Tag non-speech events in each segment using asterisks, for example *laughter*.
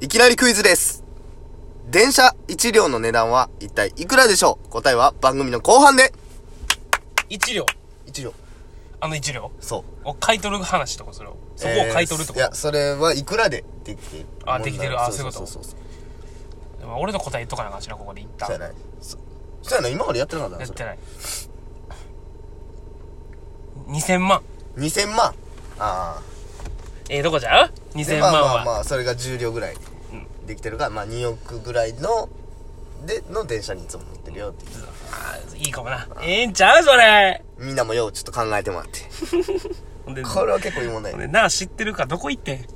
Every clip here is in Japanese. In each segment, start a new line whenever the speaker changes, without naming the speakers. いきなりクイズです。電車1両の値段は一体いくらでしょう答えは番組の後半で。
一両。
1両。
あの一両
そう。
を買い取る話とかそれを。そこを買い取るってこ
えーいや、
と
それはいくらでできてる。
あできてるあそういうこと
そうそうそう。
でも俺の答え言っとかなあかんしな、ここで一旦。
そうや
や
ない。そそうやな、今までやってなかったな。
っ
そ
て
れ
ない。2000万。
2000万。あ
ええどこじゃう
あ。
2000
で
万
まあまあ
は。
まあ、それが10両ぐらいできてるから、まあ2億ぐらいの、で、の電車にいつも乗ってるよっていう。
あーいいかもな。ええんちゃうそれ。
みんなもようちょっと考えても
*laughs*
らって。
ほんで、
これは結構いい問題
ほんでなあ知ってるかどこ行ってん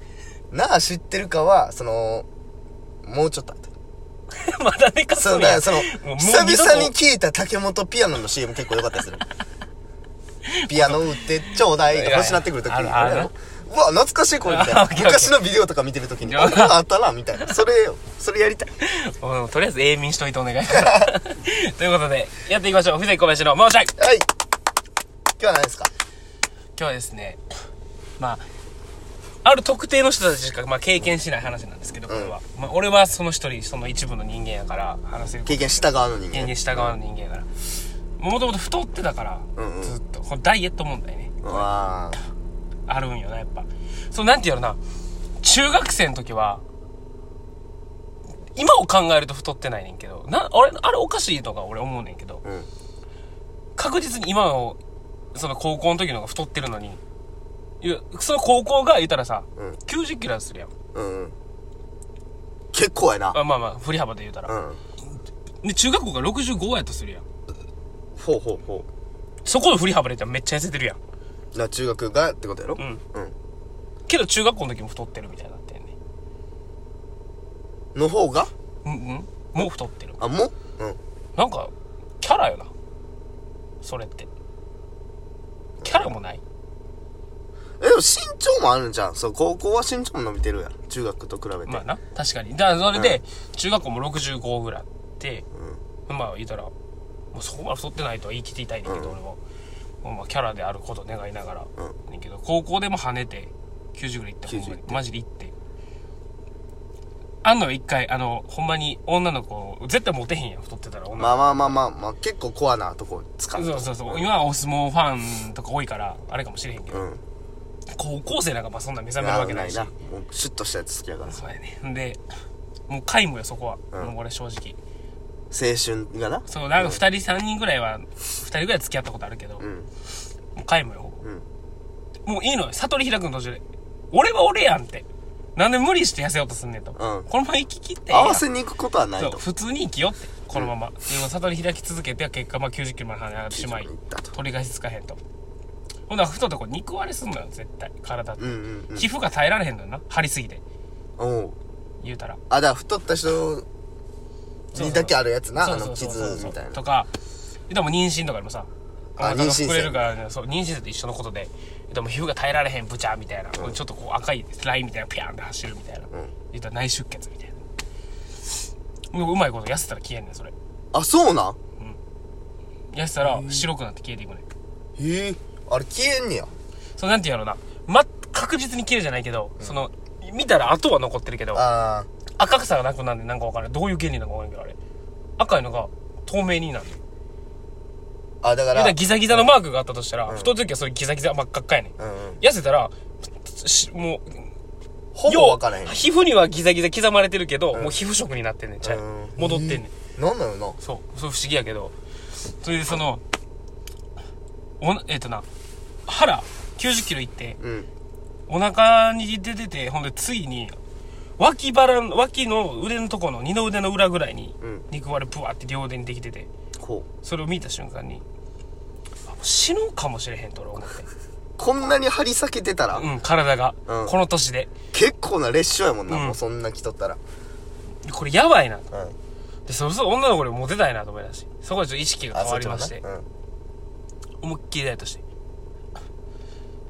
*laughs*
なあ知ってるかは、その、もうちょっと後。
まだ寝かす
そ
ん
う、だから
や
その、
もう
久々に
もう二度と
聞いた竹本ピアノの CM 結構良かったりする。ピアノ売ってちょうだいとか欲しなってくるとき
あ
に、
るある
あれやろうわ、懐かしいこれみたい
あ
な
オッケ。ー
昔のビデオとか見てるときに、
いや
あ、こんなんあったな、みたいな。それよ、それやりたい。
うんとりあえず永眠しといてお願い
*laughs*
ということで、やっていきましょう。藤崎小林の申し訳
はい。今日は何ですか
今日はですねまあある特定の人たちしか、まあ、経験しない話なんですけどこれは、まあ、俺はその一人その一部の人間やから話せる
経験した側の人
経
間。
験した側の人間やからもともと太ってたから、
うんうん
ずっとこのダイエット問題ね
うわー
あるんよなやっぱそうなんていうのな中学生の時は今を考えると太ってないねんけどな俺あれおかしいとか俺思うねんけど
うん。
確実に今をその高校の時の方が太ってるのにいやその高校が言ったらさ、
うん
90キロするやん
うんうん。結構やな。
あまあまあ振り幅で言うたら、
うん。
で中学校が65やとするやん
ほうほうほ
そこの振り幅で言ったらめっちゃ痩せてるやん
う。な、中学がってことやろ
うん
うん。
けど中学校の時も太ってるみたいになってんね
の方が
うんうんもう太ってる
あ、もうん。
なんかキャラよなそれってキャラもない
え、でも身長もあるんじゃん。そう、高校は身長も伸びてるやん。中学と比べて。
まあな確かにだからそれで中学校も65ぐらいあって、まあ言うたらもうそこまで太ってないとは言い切っていたいねんだけど、俺ももうまあキャラであることを願いながら、
う
ねんけど高校でも跳ねて90ぐらいいったほんま
90い
に
って
マジでいってあんのよ一回あのほんまに女の子絶対モテへんやん太ってたら女の子、
まあまあまあまあ、まあ、結構コアなとこ使う。
そうそうそう、
ん
今はお相撲ファンとか多いからあれかもしれへんけど、
うん。
高校生なんかまあそんな目覚めるわ
な
け
い
ないし
な。もう、シュッとしたやつ好きやからさ。
そうやねでもう皆無よそこは、
うん
もう俺正直
青春がな。
そう、なんか二人三人ぐらいは、二人ぐらい付き合ったことあるけど、
う
も
ん。
う皆無よ、ほぼ
うん
もういいのよ、悟り開くの途中で。俺は俺やんって。なんで無理して痩せようとすんねんと。
ん
このまま生き切ってええや
合
ん。
わせに行くことはない
そう、
と。
普通に生きようって。このまま。でも悟り開き続けて、結果まあ90キロまで跳ね上がってしまい
90に行った、と
取り返しつかへんと。ほんなら、太とこう肉割れすんのよ、絶対。体って
うんうんうん。
皮膚が耐えられへんのよな、張りすぎて。
おう
言うたら。
あ、だから太った人にだけあるやつな。あ
そ
の、
うそう
傷
そうそう
みたい
と
な。
かでも妊娠とかでもさ
あ
お腹が
妊娠
膨れるからねそう妊娠生と一緒のことででも皮膚が耐えられへんブチャーみたいな、ちょっとこう赤いラインみたいなピャーンって走るみたいな、言ったら内出血みたいなもううまいこと痩せたら消えんねんそれ
あ、そうなん
痩せたら白くなって消えていくねん
へえ。あれ消えんねや。
そうなんていうのな、ま、確実に消えるじゃないけど、その見たら跡は残ってるけど
ああ。
赤さがなくなんでなんかわからないどういう原理なのかわからんけどあれ赤いのが透明になる
あ、だか
だから
ら、
ギザギザのマークがあったとしたら、太る時はそういうギザギザ真っ赤っかやねん
うんうん。
痩せたら、しもう、
ほぼ分からへん
要は。皮膚にはギザギザ刻まれてるけど、もう皮膚色になってんねん、ちゃう
うん
戻ってんねん。
なんだろうな。
そう、そう不思議やけど。それでその、おなえっ、とな、腹、90キロいって、
うん。
お腹に出てて、ほんでついに、脇腹の、脇の腕のとこの、二の腕の裏ぐらいに
うん、
肉割れプワって両腕にできてて、
こう。
それを見た瞬間に、あもう死ぬかもしれへんと俺思って。
こんなに張り裂けてたら、
うん、体が。
うん
この年で。
結構な列車やもんな。
うん
もうそんな来とったら。
これやばいな。
うん。
で、そろそろ女の子にモテたいなと思い出し、そこでちょっと意識が変わりまし
あそ
て、
っちもね
思いっきりダイエットして、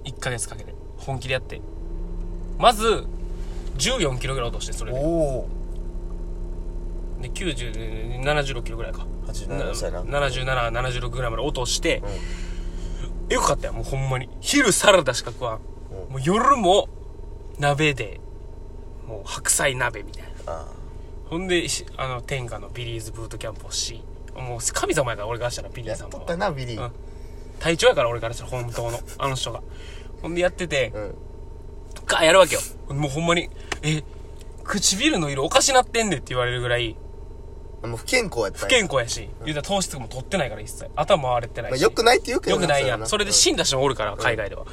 1ヶ月かけて、本気でやって、まず、14キロぐらい落として、それ
うん、
で。
おお
で、90、76キロぐらいか。
87歳な
77、76ぐらいまで落として、よかったよ、もうほんまに。昼サラダしか食わん。もう夜も、鍋で、もう白菜鍋みたいな
あ
ほんでしあの天下のビリーズブートキャンプをしもう神様やから俺からしたらビリ
や
ー
っ
様
とっ
は
たなビリー、
うん隊長やから俺からしたら本当のあの人がほんでやってて、
うん
ガーやるわけよもうほんまにえ唇の色おかしなってんでって言われるぐらい
もう不健康やったん
不
や
健康やし、言うたら糖質も取ってないから一切頭回れてな
まあ、
いし、
よくないって言うけど
よくないやん。
ん
それで死んだ人もおるから、海外では。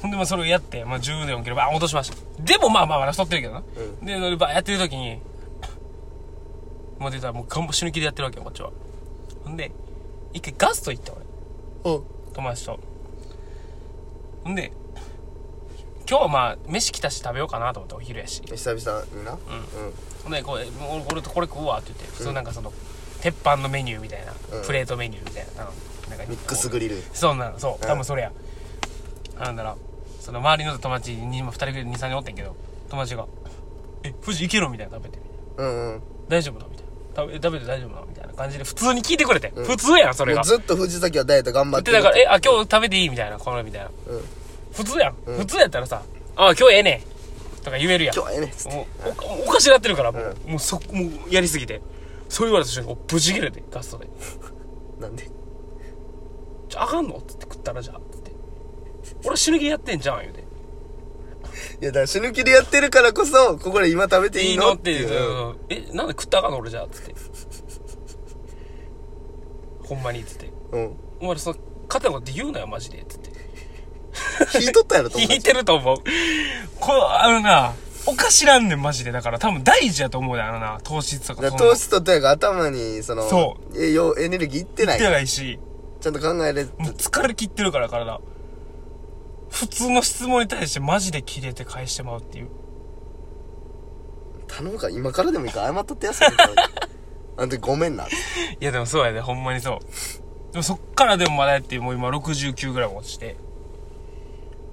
ほんで、まあ、それをやって、まあ、14キロ、バーン落としました。でも、まあまあまあ、太ってるけどな。で、それバーンやってる時に、もう出たら、もう、かん死ぬ気でやってるわけよ、こっちは。ほんで、一回ガスト行った、俺。
うん
友達と。ほんで、今日はまあ、飯来たし食べようかなと思って、お昼やし。
久々になうん
ほんで、これ、もう俺とこれ食うわって言って、普通なんかその、鉄板のメニューみたいな、
うん
プレートメニューみたいな、なんか、
ミックスグリル
そうなのそう
うん
多分それや、なんだろうその周りの友達に2人ぐらい23人おってんけど友達が「え富士行けろ」みたいな食べてみたいな
うんうん
「大丈夫だ」みたいな食べ「食べて大丈夫だ」みたいな感じで普通に聞いてくれて、普通やんそれ
も
が
うずっと藤崎はダイエット頑張
言
っ
ってて
る
だから「えあ今日食べていい?」みたいなこのみたいな
うん
普通やん、普通やったらさ「あ今日ええねん」とか言えるやん
今日はええねっつって
もうおおかしなってるからもう,、もうそもうやりすぎてそう言われた瞬間ぶち切れてガストで
なんで
じゃああかんの?」って言って食ったらじゃあって俺死ぬ気でやってんじゃん言うて
いやだから死ぬ気でやってるからこそここで今食べてい
い
い
い
の
の
っ
ってて
い
いう
うん
う、えなんで食ったらあかんの俺じゃあっつってほんまにっつって
うん
お前らその肩のこと言うなよマジでっつって
引いとったやろ友
*laughs* 聞い
達
てると思うこうあのなおかしらんねんマジでだから多分大事やと思うであのな糖質とか
だ
そ
か
ん
ら
な
糖質とったやから頭にその
そ
栄養エネルギーいってない
食ってないし
ちゃんと考えれ
もう疲れ切ってるから体普通の質問に対してマジで切れて返してまうっていう
頼むから今からでもいいから謝っとってやすいからあの時ごめんなって
いやでもそうやでほんまにそうでもそっからでもまだやってもう今69ぐらい落ちて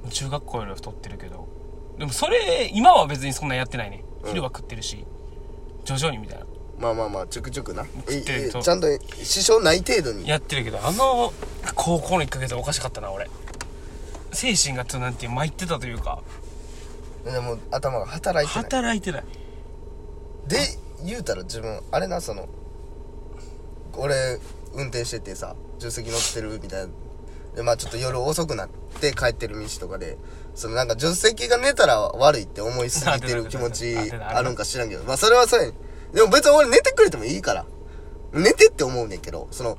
中学校よりは太ってるけどでもそれ今は別にそんなやってないね
うん
昼は食ってるし、徐々にみたいな
まあまあまあちょくちょくなえ
食ってる
え
と
ちゃんと支障ない程度に
やってるけどあの高校の1ヶ月はおかしかったな俺精神がちょっとなんていう参ってたというか
でも頭が働いてない
働いてない
で言うたら自分あれなその俺運転しててさ助手席乗ってるみたいなでまあちょっと夜遅くなって帰ってる道とかでそのなんか助手席が寝たら悪いって思いすぎてる気持
*laughs*
ちあるんか知らんけどまあそれはそうやねんでも別に俺寝てくれてもいいから寝てって思うねんけどその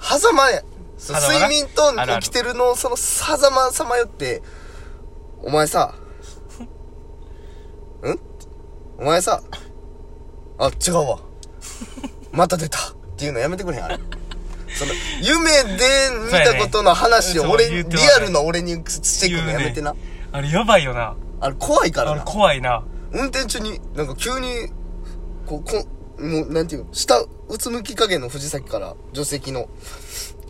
狭間やそう
狭間な
睡眠と
あるあ
起
る
きてるのその狭間さまよってお前さ *laughs* んお前さあ、違うわ。また出た。っていうのやめてくれへん、あれ。その、夢で見たことの話を俺、
そうやね
リ
そう言うては
ア
ね
ルな俺にしてくるのやめてな
言。うねあれやばいよな
あれ怖いか
あ
ら
れ
な。
怖いな
運転中に、なんか急に、こう、こう、もう、なんていうの、下、うつむき加減の藤崎から、助手席の、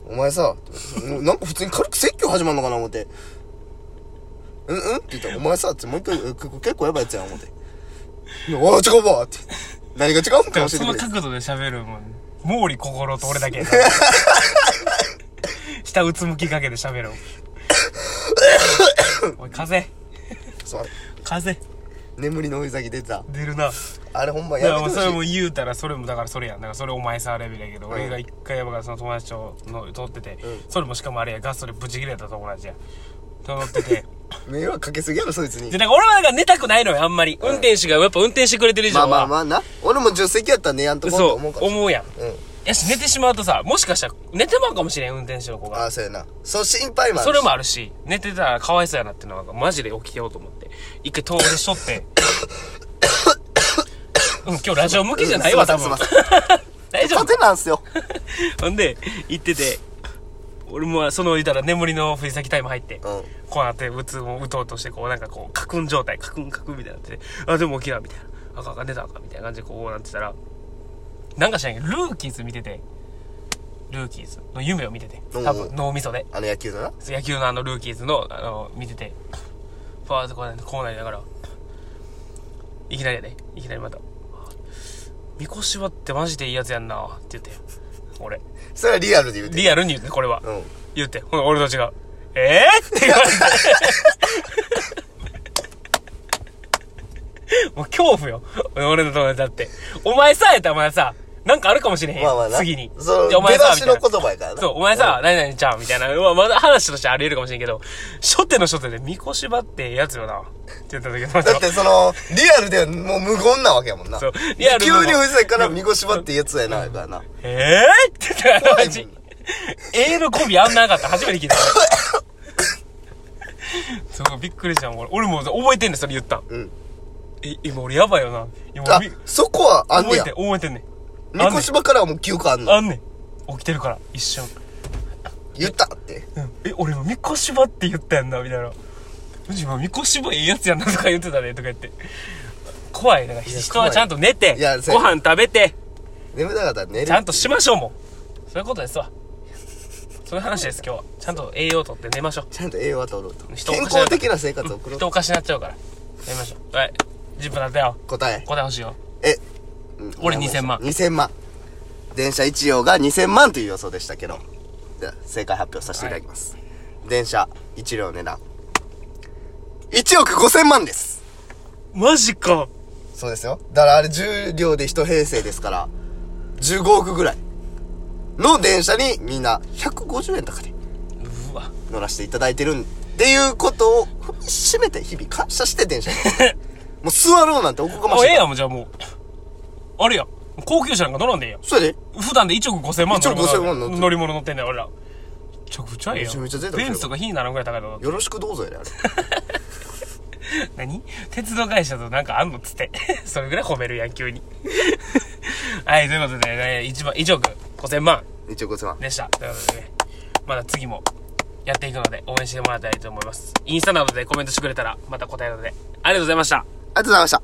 お前さ、もうなんか普通に軽く説教始まるのかな思って、うんうんって言ったら、お前さ、ってもう一回、えここ結構やばいやつやん、思って。おー、違うわって。何が違うんか教えて
そ
く
の
れ。
角度で喋るもん毛利心と俺
*laughs*
だけ下うつむきかけて喋るおい風
そう
風
眠りのうさぎ出てた
出るな
あれほんま
いや
やめ
もう
て
それ
ほ
も
しい
言うたらそれもだからそれやんだからそれお前さレベルやけど、
ん
俺が一回やばからその友達との撮ってて、
う
それもしかもあれやガストでブチ切れた友達や撮ってて *laughs*
迷惑かけすぎやろそいつに
でなんか俺はなんか寝たくないのよあんまり、運転手がやっぱ運転してくれてる以上
まあ
は
まあまあな俺も助手席やったら寝やんとこうと
そう
思うから
思うやん
うん
やし寝てしまうとさもしかしたら寝てまうかもしれん運転手の子が
ああそうやなそう心配もあるし
それもあるし、寝てたらかわいそうやなっていうのが、マジで起きようと思って。一回遠出し
*laughs*
とって。 *coughs* うん、今日ラジオ向きじゃないわ、
うん
多
すい
分
ません。
大丈
縦なんすよ
夫。ほんで、行ってて、俺もその、いたら眠りの藤崎タイム入って、
うん
こうなって、うつもうとうとして、こうなんかこう、カクン状態、カクンカクンみたいになってて、あ、でも起きな、みたいな。あかんあかん、寝たらあかん、みたいな感じでこうなってたら、なんか知らんけど、ルーキーズ見てて、ルーキーズの夢を見てて、多
お
分
う
脳みそで。
あの野球だな
野球のあのルーキーズのあの見ててファーストコーナーでこうなりながらいきなりやでいきなりまた「みこしはってマジでいいやつやんな」って言って俺
それはリアルで言うて
リアルに言ってこれは、
うん
言ってほな俺たちが「えー?」って言われてもう恐怖よ。俺の友達だって。お前さ、やったらお前さ、なんかあるかもしれへん。
まあまあな
次に。
そう
じゃあお前
出
さ、
だしの
みたいな
言葉やからな
そう、お前さ、何々ちゃん、みたいな。うわ、まだ話としてあり得るかもしれんけど、初手の初手で、みこしばってやつよな。って言った時
だってその、リアルではもう無言なわけやもんな。
そうリアル
急
の
に藤いから、みこしばってやつやな、やからな。
えぇ、って言ったら、マジ。えーのコビあんなかった。初めて聞いた。そう、びっくりした。俺、俺も覚えてんねん、それ言ったん。
うん。
え、今俺やばいよな。今
あ
び、
そこはあんね
覚え
や
てん、。覚えてんねん。
みこしばからはもう記憶あんの。
あんねん。起きてるから、一瞬。
言ったって。
うんえ、俺もみこしばって言ったやんな、みたいな。うちもみこしばええやつやんなとか言ってたね、とか言って。怖い。だから人
怖
はいちゃんと寝て
いや、そう
ご
や
飯食べて、
眠たかったら寝る。
ちゃんとしましょうもん。そういうことですわ。そういう話です、今日は。ちゃんと栄養とって寝ましょう。
ちゃんと栄養は取ろうと。
人を
健康的な生活を送ろう
人おかしになっちゃうから。寝ましょう。はい。10分だったよ。
答え。
答え欲しいよ。
え、うん
俺2000万
2000万。電車一両が2000万という予想でしたけど。では正解発表させていただきます。電車一両の値段。1億5000万です。
マジか。
そうですよ。だからあれ10両で1平成ですから、15億ぐらいの電車にみんな150円とかで
うわ。
乗らせていただいてるんっていうことを踏みしめて日々感謝して
*laughs*
電車に。もう座ろうなんておこがま
も
し
う
い。
ええやん、もうじゃあもう。あれや。高級車なんか乗らんでええやん。
それで
普段で1億5000万
1億5000万乗ってる
乗り物乗ってんだよ、俺ら。めちゃくちゃええやん。
めちゃめちゃ贅沢
ベンツとか火にならんぐらい高いの。
よろしくどうぞやであれ。 *laughs*
何鉄道会社となんかあんのっつって。それぐらい褒めるや
*laughs*
ん、急に。はい、ということで、ね、1, 万1億5000万
1億5000万。
でした。ということでね、まだ次もやっていくので応援してもらいたいと思います。インスタなどでコメントしてくれたらまた答えるので、ありがとうございました。
ありがとうございました。